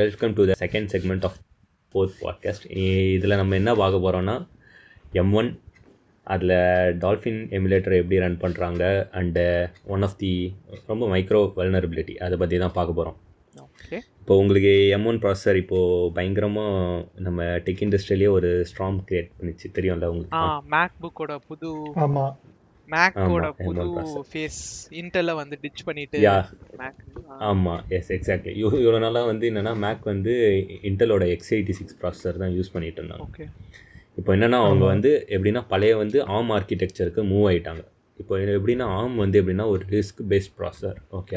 Welcome to the second segment of both podcast இதில் நம்ம என்ன பார்க்க போகிறோன்னா எம் ஒன் அதில் டால்ஃபின் எமுலேட்டர் எப்படி ரன் பண்ணுறாங்க அண்டு ஒன் ஆஃப் தி ரொம்ப மைக்ரோ வல்னரபிலிட்டி அதை பற்றி தான் பார்க்க போகிறோம் ஓகே இப்போ உங்களுக்கு எம் ஒன் ப்ராசஸர் இப்போது பயங்கரமாக நம்ம டெக் இண்டஸ்ட்ரியிலேயே ஒரு ஸ்ட்ராங் கிரியேட் பண்ணிச்சு தெரியும்ல ஆ உங்களுக்கு மேக் புக்கோட புது ஆமா மேக்கோட ஆமா, புது M1 processor. ஃபேஸ் இன்டெல்ல வந்து டிச் பண்ணிட்டு யா மேக் ஆமாம் எஸ் எக்ஸாக்ட்லி இவ்வளோ நாளாக வந்து என்னென்னா மேக் வந்து இன்டலோட எக்ஸ் எயிட்டி சிக்ஸ் ப்ராசஸர் தான் யூஸ் பண்ணிட்டு இருந்தாங்க ஓகே இப்போ என்னன்னா அவங்க ஆமா. வந்து எப்படின்னா பழைய வந்து ஆம் ஆர்கிடெக்சருக்கு மூவ் ஆயிட்டாங்க இப்போ இது எப்படின்னா ஆம் வந்து எப்படின்னா ஒரு RISC based processor okay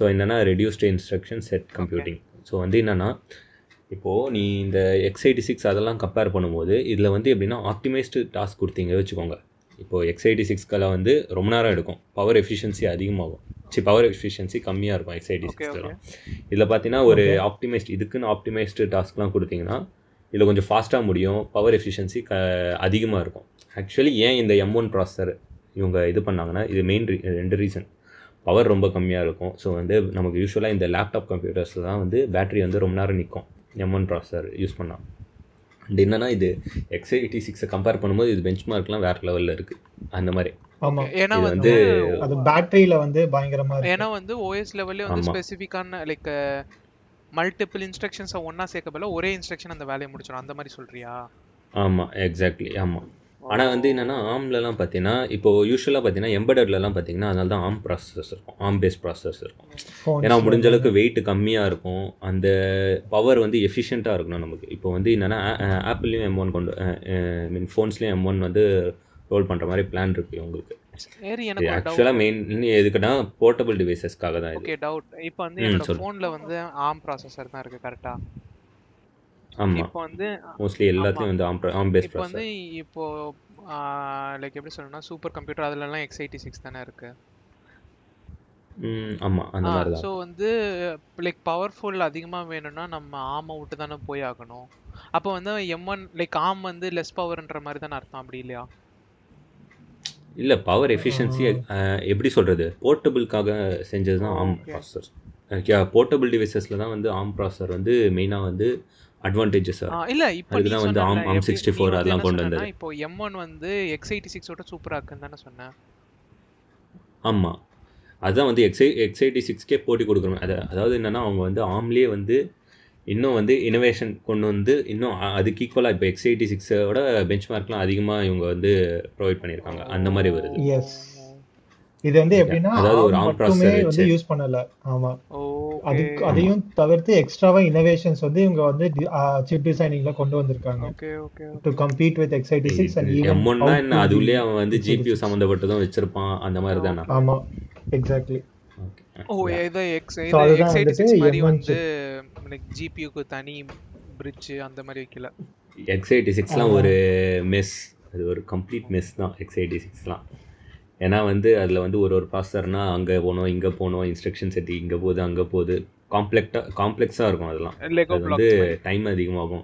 so என்னன்னா reduced instruction set computing so வந்து என்னன்னா இப்போது நீ இந்த எக்ஸ் எயிட்டி சிக்ஸ் அதெல்லாம் கம்பேர் பண்ணும்போது இதில் வந்து எப்படின்னா ஆப்டிமைஸ்டு டாஸ்க் கொடுத்தீங்க வச்சுக்கோங்க இப்போ எக்ஸ் எயிட்டி சிக்ஸ்க்கெல்லாம் வந்து ரொம்ப நேரம் எடுக்கும் பவர் எஃபிஷியன்சி அதிகமாகும் சி பவர் எஃபிஷியன்சி கம்மியாக இருக்கும் எக்ஸ் எயிட்டி ஓகே ஓகே இதில் பார்த்தீங்கன்னா ஒரு ஆப்டிமைஸ்ட் இதுக்குன்னு ஆப்டிமைஸ்டு டாஸ்க்லாம் கொடுத்தீங்கன்னா இதில் கொஞ்சம் ஃபாஸ்ட்டாக முடியும் பவர் எஃபிஷியன்சி க அதிகமாக இருக்கும் ஆக்சுவலி ஏன் இந்த எம் ஒன் ப்ராசஸர் இவங்க இது பண்ணாங்கன்னா இது மெயின் ரெண்டு ரீசன் பவர் ரொம்ப கம்மியாக இருக்கும் ஸோ வந்து நமக்கு யூஸ்வலாக இந்த லேப்டாப் கம்ப்யூட்டர்ஸில் தான் வந்து பேட்டரி வந்து ரொம்ப நேரம் நிற்கும் எம் ஒன் ப்ராசஸர் யூஸ் பண்ணால் அண்ட் என்னன்னா இது எக்ஸ் எயிட்டி சிக்ஸை கம்பேர் பண்ணும்போது இது பெஞ்ச் மார்க்லாம் வேறு லெவலில் இருக்குது அந்த மாதிரி ஆமா ஏன்னா இது வந்து அது பேட்டரியில வந்து பயங்கரமா ஏன்னா இருக்கு வந்து ஓஎஸ் லெவல்ல வந்து ஆமா. ஸ்பெசிஃபிக்கான லைக் மல்டிபிள் இன்ஸ்ட்ரக்ஷன்ஸை ஒண்ணா சேர்க்க பதிலா ஒரே இன்ஸ்ட்ரக்ஷன் அந்த வேலையை முடிச்சிடும் அந்த மாதிரி சொல்றியா ஆமாம் எக்ஸாக்ட்லி ஆமாம் ஆனால் வந்து என்னென்னா ஆம்லலாம் பார்த்தீங்கன்னா இப்போ யூஸ்வலாக பார்த்தீங்கன்னா எம்படட்லலாம் பார்த்தீங்கன்னா அதனால தான் ஆம் ப்ராசஸஸ் இருக்கும் ஆம் பேஸ் ப்ராசஸ் இருக்கும் Phones ஏன்னா முடிஞ்ச வந்து. அளவுக்கு வெயிட் கம்மியாக இருக்கும் அந்த பவர் வந்து எஃபிஷியண்ட்டாக இருக்கணும் நமக்கு இப்போ வந்து என்னென்னா ஆப்பிள்லேயும் எம் ஒன் கொண்டு மீன் ஃபோன்ஸ்லேயும் எம் ஒன் வந்து ரோல் பண்ணுற மாதிரி பிளான் இருக்குது உங்களுக்கு ஏறி இது எனக்கு ஒரு ஆக்சுவலாக மெயின் எதுக்குன்னா போர்ட்டபிள் டிவைசஸ்க்காக தான் இது ஓகே டவுட் இப்போ வந்து ம், என்னோட சொல்லு. போன்ல வந்து ஆம் ப்ராசஸர் தான் இருக்கு கரெக்டா ஆமாம் இப்போ வந்து மோஸ்ட்லி எல்லாத்துலேயும் வந்து ஆம் ஆம் பேஸ் இப்போ வந்து ப்ராசஸ் இப்போ லைக் எப்படி சொல்லணும்னா சூப்பர் கம்ப்யூட்டர் அதுல எல்லாம் எக்ஸ் எயிட்டி சிக்ஸ் தானே இருக்கு ஆமாம் அந்த மாதிரி தான் ஸோ வந்து லைக் பவர்ஃபுல் அதிகமாக வேணும்னா நம்ம ஆமை விட்டு தானே போய் ஆகணும் அப்போ வந்து எம் ஒன் லைக் ஆம் வந்து லெஸ் பவர்ன்ற மாதிரி தானே அர்த்தம் அப்படி இல்லையா இல்லை பவர் எஃபிஷியன்சி எப்படி சொல்கிறது போர்ட்டபிள்காக செஞ்சது தான் ARM Okay. Processor okay portable டிவைசஸில் தான் வந்து ஆம் ப்ராசஸர் வந்து மெயினாக வந்து அட்வான்டேஜஸாக ஆ, இல்ல இப்போ நீ அதுக்கு தான் வந்து சொன்னல, ARM- ARM எப்படி- 64 நீ வந்து அதெல்லாம் என்ன கொண்டு சொன்னேன்னா, இப்போ எம் ஒன் வந்து எக்ஸ் எயிட்டி சிக்ஸோட சூப்பராக இருக்குன்னு தானே சொன்னேன் ஆமாம் அதுதான் வந்து எக்ஸை எக்ஸைட்டி சிக்ஸ்க்கே போட்டி கொடுக்குறோம் அது அதாவது என்னென்னா அவங்க வந்து ஆம்லேயே வந்து இன்னும் வந்து இனோவேஷன் கொண்டு வந்து இன்னும் அ- அதுக்கு ஈக்குவலாக இப்போ எக்ஸைட்டி சிக்ஸோட பெஞ்ச் மார்க்லாம் அதிகமாக இவங்க வந்து ப்ரொவைட் பண்ணியிருக்காங்க அந்த மாதிரி வருது Yes. இது வந்து எப்படின்னா அதாவது ஒரு ARM ARM processor மட்டுமே வந்து வச்சு. யூஸ் பண்ணல ஆமா ஓகே அதுக்கு அதையும் தவிர்த்து எக்ஸ்ட்ராவா இனோவேஷன்ஸ் வந்து இவங்க வந்து சிப் டிசைனிங்ல கொண்டு வந்திருக்காங்க okay okay to compete with X eighty six and M ஒன்னா என்ன ஈவன் அதுலேயே அவன் வந்து X86. ஜிபியூ சம்மந்தப்பட்டதும் வச்சிருப்பான் அந்த மாதிரி தானே ஆமா எக்ஸாக்ட்லி ஓ இது எக்ஸ் So, இது அதுதான் எக்ஸ் எயிட்டி வந்துட்டு சிக்ஸ் மாதிரி M1 வந்து லைக் ஜிபியூக்கு தனி பிரிட்ஜ் அந்த மாதிரி வைக்கல எக்ஸ் எயிட்டி சிக்ஸ்லாம் ஆமா. ஒரு மெஸ் அது ஒரு கம்ப்ளீட் மெஸ் தான் எக்ஸ் எயிட்டி சிக்ஸ்லாம் ஏன்னா வந்து அதில் வந்து ஒரு ஒரு ப்ராசஸர்னா அங்கே போகணும் இங்கே போகணும் இன்ஸ்ட்ரக்ஷன் செட் இங்கே போகுது அங்கே போகுது காம்ப்ளெக்டாக காம்ப்ளெக்ஸாக இருக்கும் அதெல்லாம் லெகோ அது வந்து பிளாக்ஸ் மாதிரி டைம் அதிகமாகும்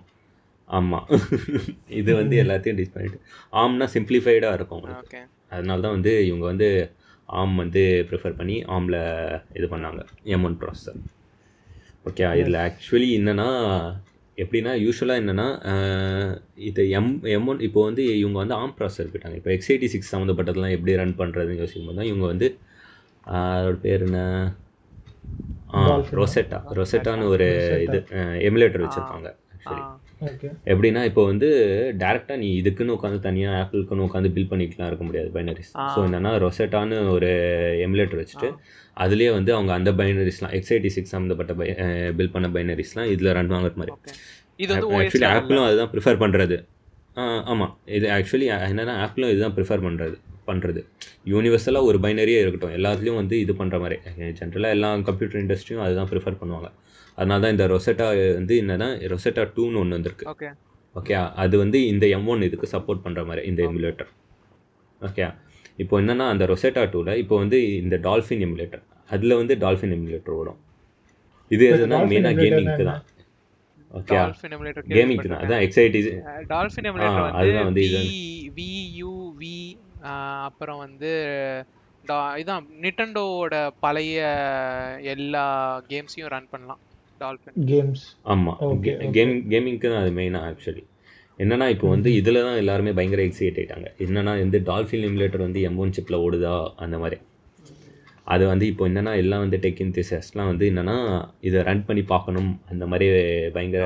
ஆமாம் இது வந்து எல்லாத்தையும் டிஸ் பண்ணிட்டு ஆம்னா சிம்பிளிஃபைடாக இருக்கும் உங்களுக்கு. ஓகே அதனால தான் வந்து இவங்க வந்து ஆம் வந்து ப்ரிஃபர் பண்ணி ஆமில் இது பண்ணாங்க எம் ஒன் ப்ராசஸர் ஓகே இதில் ஆக்சுவலி என்னென்னா எப்படின்னா யூஸ்வலாக என்னென்னா இது எம் எம் ஒன் இப்போ வந்து இவங்க வந்து ஆம் ப்ராசஸர் போயிட்டாங்க இப்போ எக்ஸ்ஐடி சிக்ஸ் சம்மந்தப்பட்டதெல்லாம் எப்படி ரன் பண்ணுறதுன்னு யோசிக்கும் போது தான் இவங்க வந்து ஆஹ், அதோட பேர் என்ன Dolphin. ரொசெட்டா ரொசெட்டான்னு ஒரு இது எமுலேட்டர் வச்சுருப்பாங்க ஆ ஆக்சுவலி ஓகே எப்படின்னா இப்போ வந்து டேரெக்டாக நீ இதுக்குன்னு உட்காந்து தனியாக ஆப்பிள்க்குன்னு உட்காந்து பில் பண்ணிக்கலாம் இருக்க முடியாது பைனரிஸ் ஆ. ஸோ என்னன்னா ரொசெட்டான்னு ஒரு எமுலேட்டர் வச்சுட்டு ஆ. அதுலேயே வந்து அவங்க அந்த பைனரிஸ்லாம் எக்ஸைடி சிக்ஸ் சம்மந்தப்பட்ட பை பில் பண்ண பைனரிஸ்லாம் இதில் ரன் வாங்குற மாதிரி ஓகே இது வந்து ஓஎஸ் ஆக்சுவலி ஆப்பிளும் அதுதான் ப்ரிஃபர் பண்ணுறது ஆமாம் இது ஆக்சுவலி என்னென்னா ஆப்பிளும் இதுதான் ப்ரிஃபர் பண்ணுறது பண்ணுறது யூனிவர்சலாக ஒரு பைனரியே இருக்கட்டும் எல்லாத்துலேயும் வந்து இது பண்ணுற மாதிரி ஜென்ரலாக எல்லா கம்ப்யூட்டர் இண்டஸ்ட்ரியும் அதுதான் ப்ரிஃபர் பண்ணுவாங்க அதனால தான் இந்த ரொசெட்டா வந்து என்னன்னா ரொசெட்டா டூன்னு ஒன்று வந்திருக்கு ஓகே ஓகே அது வந்து இந்த எம் ஒன் இதுக்கு சப்போர்ட் பண்ணுற மாதிரி இந்த எமுலேட்டர் ஓகே இப்போ என்னன்னா அந்த ரொசெட்டா டூவில் இப்போ வந்து இந்த டால்ஃபின் எமுலேட்டர் அதில் வந்து டால்ஃபின் எமுலேட்டர் ஓடும் இது இந்த எதுனா Dolphin மெயினாக emulator கேமிங்க்கு தான் ஓகே டால்ஃபின் எமுலேட்டர் கேமிங்க்கு தான் அதான் எக்ஸைட்டி டால்ஃபின் ஆ, எமுலேட்டர் அதுதான் வந்து வந்து இது வி வி யூ வி அப்புறம் வந்து டா- இதான் நிட்டண்டோவோட பழைய எல்லா கேம்ஸையும் ரன் பண்ணலாம் டால்ஃபின் கேம்ஸ் ஆமாம் Okay, okay. கேமிங் கேமிங்க்கு தான் அது மெயினாக ஆக்சுவலி என்னன்னா இப்போ வந்து இதில் தான் எல்லாருமே பயங்கர எக்ஸைட் ஆயிட்டாங்க என்னன்னா வந்து டால்ஃபின் எமுலேட்டர் வந்து M1 சிப்பில் ஓடுதா அந்த மாதிரி அது வந்து இப்போ என்னன்னா எல்லாம் வந்து டெக் இன்திசஸ்லாம் வந்து என்னன்னா இதை ரன் பண்ணி பார்க்கணும் அந்த மாதிரி பயங்கர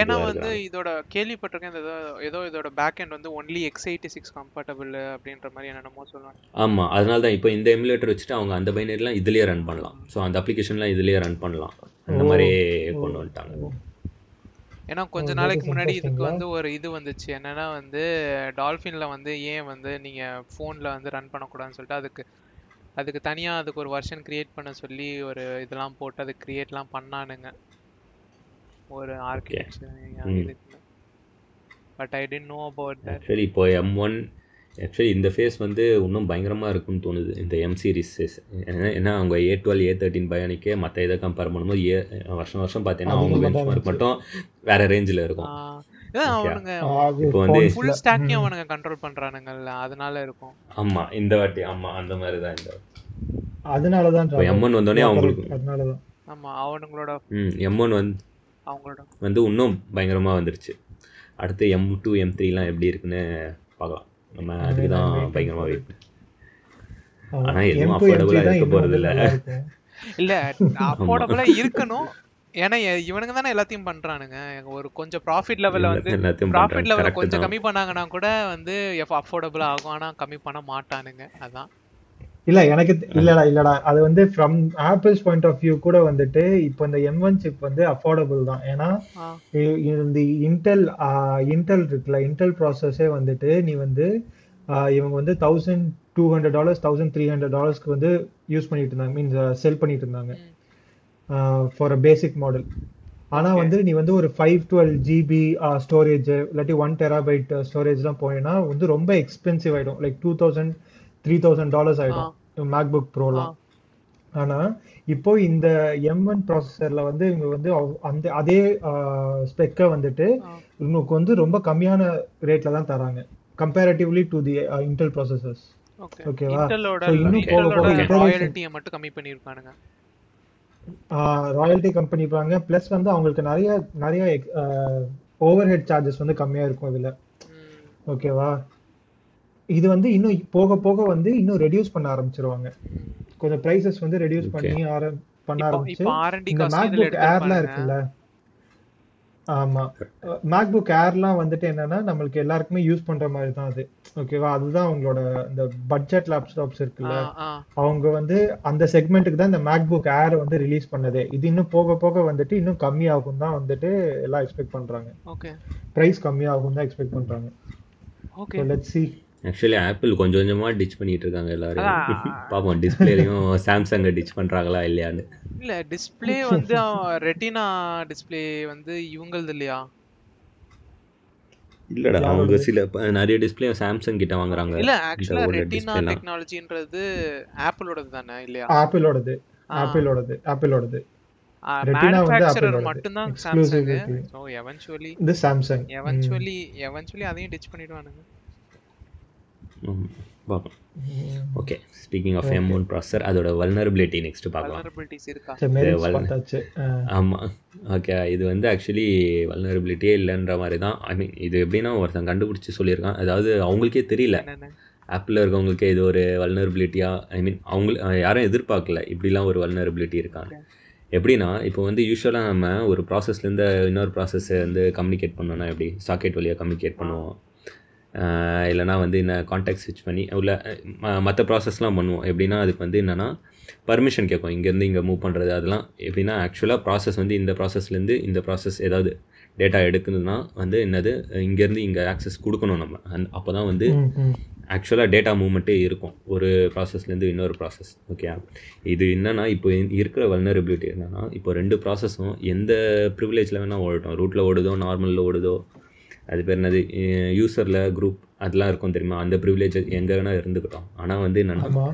ஏன்னா இதுவா வந்து இருக்கிறாங்க. இதோட கேள்விப்பட்டிருக்கேன் இந்த ஏதோ- ஏதோ இதோட பேக் end வந்து only X eighty six compatible அப்படின்ற மாதிரி என்னென்னமோ சொல்லுவாங்க ஆமாம் அதனால தான் இப்போ இந்த எமுலேட்டர் வச்சுட்டு அவங்க அந்த பைனரிலாம் இதுலேயே ரன் பண்ணலாம் ஸோ அந்த அப்ளிகேஷன்லாம் இதுலேயே ரன் பண்ணலாம் அந்த ஓ, மாதிரி ஓ. கொண்டு வந்துட்டாங்க ஏன்னா Oh, கொஞ்ச that நாளைக்கு is முன்னாடி இதுக்கு interesting, வந்து ஒரு இது வந்துச்சு என்னன்னா வந்து டால்ஃபின்ல வந்து ஏன் வந்து நீங்க ஃபோன்ல வந்து ரன் பண்ணக்கூடாதுன்னு சொல்லிட்டு அதுக்கு அதுக்கு தனியா அதுக்கு ஒரு வெர்ஷன் கிரியேட் பண்ண சொல்லி ஒரு இதெல்லாம் போட்டு அது கிரியேட்லாம் பண்ணானுங்க ஒரு ஆர்கிடெக்சர் ம். இதுக்கு but I don't know about that actually இப்போ எம் ஒன் ஆக்சுவலி இந்த ஃபேஸ் வந்து இன்னும் பயங்கரமாக இருக்கும்னு தோணுது இந்த எம் சீரிஸ் ஏன்னா ஏன்னா அவங்க ஏ டுவெல் ஏ தேர்ட்டின் பயானிக்கே மற்ற இதை கம்பேர் பண்ணும்போது ஏ வருஷம் வருஷம் பார்த்தீங்கன்னா அவங்க அதிகமா பெஞ்ச் தான் மார்க் இருந்துச்சு. மட்டும் வேற ரேஞ்சில் இருக்கும் இதான் Okay. அவனுங்க அது இப்போ வந்து- phones ஃபுல் ல. ஸ்டாக்கே ம். அவனுங்க கண்ட்ரோல் பண்றானுங்கல்ல அதனால இருக்கும் ஆமாம் இந்த வாட்டி ஆமாம் அந்த மாதிரி தான் இந்த அதனாலதான் இப்போ எம் trouble. ஒன் வந்தோடனே Yeah, அவங்களுக்கு correct. அதனாலதான் ஆமா அவனுங்களோட ம் எம் ஒன் வந்து அவங்களோட வந்து இன்னும் பயங்கரமாக வந்துருச்சு அடுத்து எம் டூ எம் த்ரீலாம் எப்படி இருக்குன்னு பார்க்கலாம் நம்ம அதுக்கு தான் பயங்கரமாக வெயிட் ஆனா எதுவும் M2, M3 affordable ஆ தான் இருக்க இன்னும் போறது இல்ல. நல்லா இல்ல இருக்கும். அஃபோர்டபுளா இருக்கணும் ஏன்னா எ- இவனுங்க தானே எல்லாத்தையும் பண்றானுங்க ஒரு கொஞ்சம் ப்ராஃபிட் லெவல்ல வந்து எல்லாத்தையும் ப்ராஃபிட் லெவல்ல கரெக்டு கொஞ்சம் தான் கம்மி பண்ணாங்கன்னா கூட வந்து அஃபோர்டபுளா ஆகும் ஆனா கம்மி பண்ண மாட்டானுங்க அதான் இல்ல எனக்கு தெ- இல்லடா இல்லடா அது வந்து from Apple's point of view கூட வந்துட்டு இப்போ இந்த எம் ஒன் சிப் வந்து அஃபோர்டபுள் தான் ஏன்னா ஆ, இ- இந்த இன்டெல் இன்டெல் இருக்குல்ல இன்டெல் ப்ராசஸே வந்துட்டு நீ வந்து ஆஹ் இவங்க வந்து thousand two hundred dollars thousand three hundred டாலர்ஸ்க்கு வந்து யூஸ் பண்ணிட்டு இருந்தாங்க மீன்ஸ் செல் பண்ணிட்டு இருந்தாங்க ம். ஃபார் அ பேசிக் மாடல் ஆனா Okay. வந்து நீ வந்து ஒரு ஃபைவ் டுவெல் ஜிபி ஸ்டோரேஜ் இல்லாட்டி ஒன் டெராபைட் ஸ்டோரேஜ்லாம் போனீங்கன்னா வந்து ரொம்ப எக்ஸ்பென்சிவ் ஆயிடும் like two thousand three thousand dollars ஆயிடும் மேக் புக் ப்ரோலாம் ஆனா இப்போ இந்த எம் ஒன் ப்ராசஸர்ல வந்து இவங்க வந்து அவ்- அந்த அதே ஸ்பெக்கை வந்துட்டு ஆ. இவங்களுக்கு வந்து ரொம்ப கம்மியான ரேட்ல தான் தராங்க comparatively to the Intel processors okay ஓகேவா? இன்டெலோட So, இன்னும் போக போக இன்டெலோட iteration- ராயல்ட்டியை மட்டும் கம்மி பண்ணிருக்கானுங்க ராயல்ட்டி கம்பெனி பாங்க ப்ளஸ் வந்து அவங்களுக்கு நிறைய நிறைய ஓவர் ஹெட் சார்ஜஸ் வந்து கம்மியா இருக்கும் இதுல ம். ஓகேவா இது வந்து இன்னும் போக போக வந்து இன்னும் ரெடியூஸ் பண்ண ஆரம்பிச்சிருவாங்க கொஞ்சம் ப்ரைசஸ் வந்து ரெடியூஸ் Okay. பண்ணி ஆரம் இப்போ பண்ண ஆரம்பிச்சு இப்போ ஆர்என்டி இந்த காஸ்ட் இதுல மேக்புக் ஏர்லாம் எடுத்துருப்பானுங்க இருக்குல்ல ஆமா மேக்புக் ஏர்லாம் வந்துட்டு என்னன்னா நம்மளுக்கு எல்லாருக்குமே யூஸ் பண்ற மாதிரி தான் அது ஓகேவா அதுதான் அவங்களோட இந்த பட்ஜெட் லேப்டாப்ஸ் இருக்குல்ல ஆ, ஆ. அவங்க வந்து அந்த செக்மெண்ட்டுக்கு தான் இந்த மேக்புக் ஏர் வந்து ரிலீஸ் பண்ணதே இது இன்னும் போக போக வந்துட்டு இன்னும் கம்மியாகும் தான் வந்துட்டு எல்லாம் எக்ஸ்பெக்ட் பண்றாங்க ஓகே பிரைஸ் கம்மியாகும் தான் எக்ஸ்பெக்ட் பண்றாங்க okay let's see actually Apple கொஞ்சம் கொஞ்சமாக டிச் பண்ணிட்டு இருக்காங்க எல்லாரும் அதான். பார்ப்போம் டிஸ்பிளேலையும் சாம்சங்கை டிச் பண்ணுறாங்களா இல்லையான்னு இல்ல டிஸ்ப்ளே வந்து ரெட்டினா டிஸ்ப்ளே வந்து இவங்களது இல்லையா இல்லைடா யாரோடது? அவங்க சில ப- நிறைய டிஸ்பிளே சாம்சங் கிட்ட வாங்குறாங்க இல்ல ஆக்சுவலா OLED ரெட்டினா display-னா. டெக்னாலஜின்றது ஆப்பிளோடது தானே இல்லையா ஆப்பிளோடது ஆப்பிளோடது ஆப்பிளோடது Retina வந்து மேனுஃபேக்சரர் Appleோடது. மட்டும்தான் சாம்சங் எக்ஸ்க்ளூசிவிட்டி ஸோ எவென்ச்சுவலி இது சாம்சங் எவென்ச்சுவலி எவென்ச்சுவலி அதையும் டிச் பண்ணிடுவானுங்க ம், பார்ப்போம் okay speaking of M one processor அதோட வல்னரபிலிட்டி நெக்ஸ்ட் பார்க்கலாம் வல்னரபிலிட்டிஸ் இருக்கா மெரிட்ஸ் வல்ல- பார்த்தாச்சு ஆஹ் ஆமாம் ஓகே இது வந்து ஆக்சுவலி வல்னரபிலிட்டியே இல்லைன்ற மாதிரி தான் ஐ மீன் இது எப்படின்னா ஒருத்தன் கண்டுபிடிச்சி சொல்லியிருக்கான் அதாவது அவங்களுக்கே தெரியல என்னென்ன ஆப்பிளில் இருக்கவங்களுக்கே இது ஒரு வல்னரபிலிட்டியாக ஐ மீன் அவங்க யாரும் எதிர்பார்க்கல இப்படிலாம் ஒரு வல்னரபிலிட்டி இருக்காங்க எப்படின்னா இப்போ வந்து யூஸ்வலாக நம்ம ஒரு ப்ராசஸ்லேருந்து இன்னொரு ப்ராசஸ்ஸை வந்து கம்யூனிகேட் பண்ணோம்னா எப்படி சாக்கெட் வழியாக கம்யூனிகேட் பண்ணுவோம் ஆஹ் இல்லைன்னா வந்து என்ன காண்டாக்ட் ஸ்விட்ச் பண்ணி உள்ள மற்ற ப்ராசஸ்லாம் பண்ணுவோம் எப்படின்னா அதுக்கு வந்து என்னென்னா பர்மிஷன் கேட்கும் இங்கேருந்து இங்கே மூவ் பண்ணுறது அதெல்லாம் எப்படின்னா ஆக்சுவலாக ப்ராசஸ் வந்து இந்த ப்ராசஸ்லேருந்து இந்த ப்ராசஸ் ஏதாவது டேட்டா எடுக்குதுன்னா வந்து என்னது இங்கேருந்து இங்கே ஆக்சஸ் கொடுக்கணும் நம்ம அந் அப்போ தான் வந்து ம், ம். ஆக்சுவலாக டேட்டா மூவ்மெண்ட்டே இருக்கும் ஒரு ப்ராசஸ்லேருந்து இன்னொரு ப்ராசஸ் ஓகே இது என்னன்னா இப்போ இ- இருக்கிற வல்னரபிலிட்டி என்னன்னா இப்போ ரெண்டு ப்ராசஸும் எந்த ப்ரிவிலேஜில் வேணால் ஓடட்டும் ரூட்டில் ஓடுதோ நார்மலில் ஓடுதோ அது பேர் என்னது யூசரில் குரூப் அதெல்லாம் இருக்கும் தெரியுமா அந்த ப்ரிவிலேஜ் எங்கே வேணால் இருந்துக்கிட்டோம் ஆனால் வந்து என்னன்னா ஆமா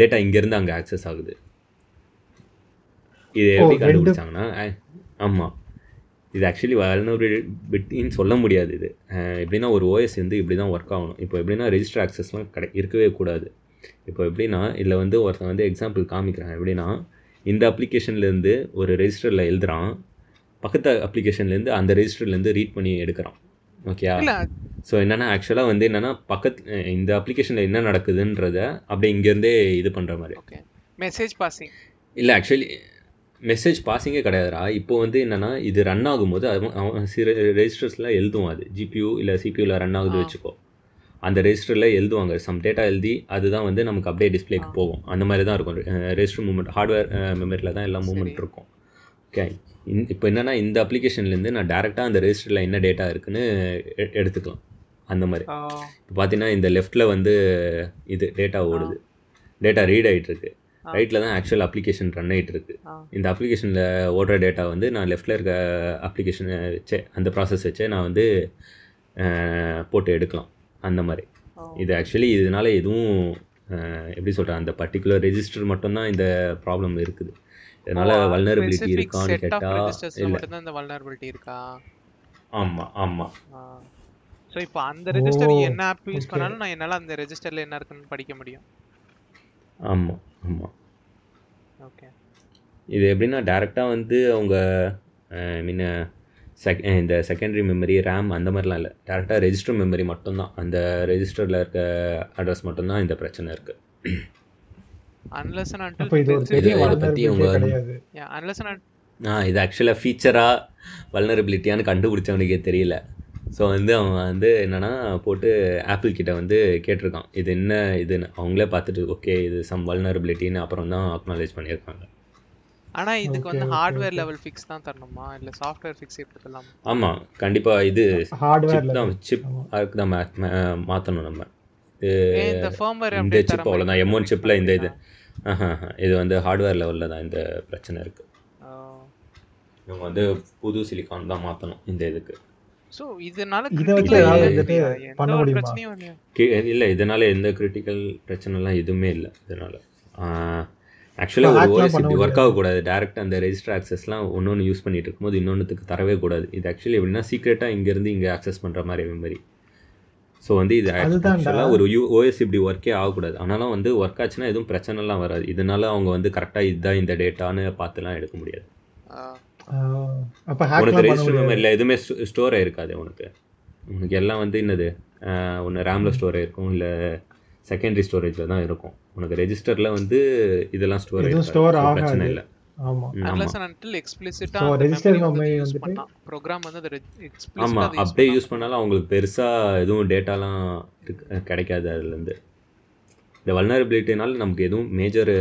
டேட்டா இங்கேருந்து அங்கே ஆக்சஸ் ஆகுது இது ஓ, எப்படி ரெண்டு- கண்டுபிடிச்சாங்கன்னா ஆமாம் இது ஆக்சுவலி வல்னரபிலிட்டின்னு சொல்ல முடியாது இது அஹ் எப்படின்னா ஒரு ஓஎஸ் வந்து இப்படி தான் ஒர்க் ஆகணும் இப்போ எப்படின்னா ரெஜிஸ்டர் ஆக்சஸ்லாம் கிடை இருக்கவே கூடாது இப்போ எப்படின்னா இதில் வந்து ஒருத்தன் வந்து எக்ஸாம்பிள் காமிக்கிறான் எப்படின்னா இந்த application ல இருந்து ஒரு ரெஜிஸ்டரில் எழுதுறான் பக்கத்து அப்ளிகேஷன்லேருந்து அந்த ரெஜிஸ்டர்லேருந்து ரீட் பண்ணி எடுக்கிறான் ஓகேயா இல்ல ஸோ என்னென்னா ஆக்சுவலாக வந்து என்னென்னா பக்கத்து இந்த அப்ளிகேஷனில் என்ன நடக்குதுன்றத அப்படியே இங்கேருந்தே இது பண்ணுற மாதிரி ஓகே மெசேஜ் பாசிங் இல்லை ஆக்சுவலி மெசேஜ் பாசிங்கே கிடையாதுடா இப்போ வந்து என்னன்னா இது ரன் ஆகும்போது அவன் அவன் சில ரெஜிஸ்டர்ஸில் எழுதுவான் அது ஜிபியூ இல்லை சிபியூவில் ரன் ஆகுது ஆ. வச்சுக்கோ அந்த ரெஜிஸ்டரில் எழுதுவாங்க சம் டேட்டா எழுதி அதுதான் வந்து நமக்கு அப்படியே டிஸ்ப்ளேக்கு ஆ. போகும் அந்த மாதிரி தான் இருக்கும் ரெஜிஸ்டர் மூமெண்ட் ஹார்ட்வேர் மெமரியில் தான் எல்லா மூமெண்ட் சரி. இருக்கும் ஓகே இந் இப்போ என்னன்னா இந்த அப்ளிகேஷன்லேருந்து நான் டேரெக்டாக அந்த ரெஜிஸ்டரில் என்ன டேட்டா இருக்குன்னு எ- எடுத்துக்கலாம் அந்த மாதிரி இப்போ பார்த்தீங்கன்னா இந்த லெஃப்ட்டில் வந்து இது டேட்டா ஓடுது டேட்டா ரீட் ஆகிட்டு இருக்கு ஆ. ரைட்டில் தான் ஆக்சுவல் அப்ளிகேஷன் ரன் ஆகிட்டு இருக்கு ஆ. இந்த அப்ளிகேஷனில் ஓடுற டேட்டா வந்து நான் லெஃப்ட்டில் இருக்க அப்ளிகேஷனை வச்சே அந்த ப்ராசஸ் வச்சே நான் வந்து அஹ், போட்டு எடுக்கலாம் அந்த மாதிரி இது ஆக்சுவலி இதனால எதுவும் அஹ், எப்படி சொல்கிறேன் அந்த பர்டிகுலர் ரெஜிஸ்டர் மட்டும்தான் இந்த ப்ராப்ளம் இருக்குது இதனால் வல்னரபிலிட்டி இருக்கான்னு கேட்டால் இல்லை மட்டும் தான் இந்த வல்னரபிலிட்டி இருக்கா ஆமாம் ஆமாம் சோ இப்போ அந்த ரெஜிஸ்டர் ஓ, என்ன ஆப் யூஸ் okay. பண்ணாலும் நான் என்னால அந்த ரெஜிஸ்டர்ல என்ன இருக்குன்னு படிக்க முடியும் ஆமாம் ஆமாம் ஓகே இது எப்படின்னா டேரெக்டாக வந்து அவங்க மீன் செக் இந்த செகண்டரி மெமரி ரேம் அந்த மாதிரிலாம் இல்லை டேரெக்டாக ரெஜிஸ்டர் மெமரி மட்டும்தான் அந்த ரெஜிஸ்டரில் இருக்க அட்ரஸ் மட்டும்தான் இந்த பிரச்சனை இருக்குது அன்லஸ் அண்ட் அப்ப இது ஒரு அன்டில் பெரிய இது- இதை பத்தி vulnerability அவங்க- கிடையாது அன்லஸ் அண்ட் ஆ இது ஆக்சுவலாக ஃபீச்சராக வல்னரபிலிட்டியான்னு கண்டுபிடிச்சவனுக்கே தெரியல ஸோ வந்து அவன் வந்து என்னன்னா போட்டு ஆப்பிள் கிட்ட வந்து கேட்டிருக்கான் இது என்ன இதுன்னு அவங்களே பார்த்துட்டு ஓகே இது சம் வல்னரபிலிட்டின்னு அப்புறம் தான் அக்னாலேஜ் பண்ணியிருக்காங்க ஆனா இதுக்கு வந்து Okay, okay, hardware okay. Level fix தான் தரணுமா இல்ல சாஃப்ட்வேர் ஃபிக்ஸ் எடுத்துக்கலாம் ஆமாம் கண்டிப்பாக இது ஹார்ட்வேர் சிப் தான் சிப் அதுக்கு தான் மாற்றணும் நம்ம ஏன் இந்த firmware இந்த update chip தராம அவ்வளவுதான். இப்படி M1 fix chipல இந்த இது. பண்ணிருக்காங்க? ஆஹா, இது வந்து ஹார்ட்வேர் லெவலில் தான் இந்த பிரச்சனை இருக்குது ஆ. இவங்க வந்து புது சிலிக்கான் தான் மாற்றணும் இந்த இதுக்கு சோ இதனால இத critical வச்சு யாராவது இல்லையா? வந்துட்டு எந்த பண்ண ஒரு முடியுமா? பிரச்சனையும் இல்லையா? இல்லை இதனால எந்த கிரிட்டிக்கல் பிரச்சனைலாம் எதுவுமே இல்லை இதனால இப்ப ஆக்சுவலாக ஒரு hack எல்லாம் ஓஎஸ் பண்ண இப்படி ஒர்க் முடியாது. ஆகக்கூடாது டேரெக்டாக அந்த ரெஜிஸ்டர் ஆக்சஸ்லாம் ஒன்னொன்னு யூஸ் பண்ணிட்டு இருக்கும்போது இன்னொன்றுத்துக்கு தரவே கூடாது இது ஆக்சுவலி எப்படின்னா சீக்ரெட்டாக இங்கேருந்து இங்கே ஆக்சஸ் பண்ணுற மாதிரி மெமரி ஸோ வந்து இது அதுதான்டா. ஆக்சுவலாக ஒரு யூ ஓஎஸ் இப்படி ஒர்க்கே ஆகக்கூடாது ஆனாலும் வந்து ஒர்க் ஆச்சுன்னா எதுவும் பிரச்சனைலாம் வராது இதனால அவங்க வந்து கரெக்டாக இதுதான் இந்த டேட்டான்னு பார்த்துலாம் எடுக்க முடியாது ஆ. அப்ப ஹேக் உனக்கு பண்ண ரெஜிஸ்டர் முடியாது மெமரியில் எதுவுமே ஸ்டோர் ஆயிருக்காது உனக்கு உனக்கு எல்லாம் வந்து என்னது ஆஹ் ஒண்ணு ரேமில் ஸ்டோர் ஆயிருக்கும் இல்லை செகண்டரி ஸ்டோரேஜில் தான் இருக்கும் உனக்கு ரெஜிஸ்டரில் வந்து இதெல்லாம் ஸ்டோர் எதுவும் ஆயிருக்கும் store பிரச்சனை ஆகாது. இல்லை ஆமா unless and until explicit-ஆ So, அந்த register memory வந்து memory use வந்துட்டு- பண்ணா. program வந்து அதை re- explicit-ஆ ஆமாம் அதை use அப்படியே பண்ணா. யூஸ் பண்ணாலும் அவங்களுக்கு பெருசாக எதுவும் டேட்டாலாம் இருக்கு கிடைக்காது அதுலேருந்து இந்த வல்னரபிலிட்டினால நமக்கு எதுவும் மேஜர்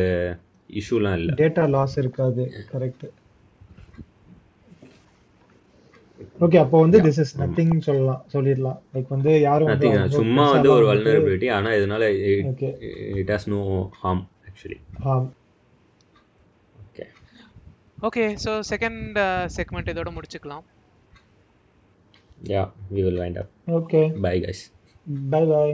இஷ்யூலாம் இல்லை டேட்டா லாஸ் இருக்காது கரெக்ட் ஓகே அப்போ வந்து Yeah. திஸ் இஸ் ஆமா. நதிங் சொல்லலாம் சொல்லிடலாம் லைக் வந்து யாரும் வந்து Nothing. அவங்க சும்மா பெருசா வந்து ஒரு எல்லாம் வந்து- வல்னரபிலிட்டி ஆனால் இதனால okay it has no harm actually ah okay Okay, so second, uh, segment இதோட முடிச்சுக்கலாம் yeah we will wind up okay bye guys bye by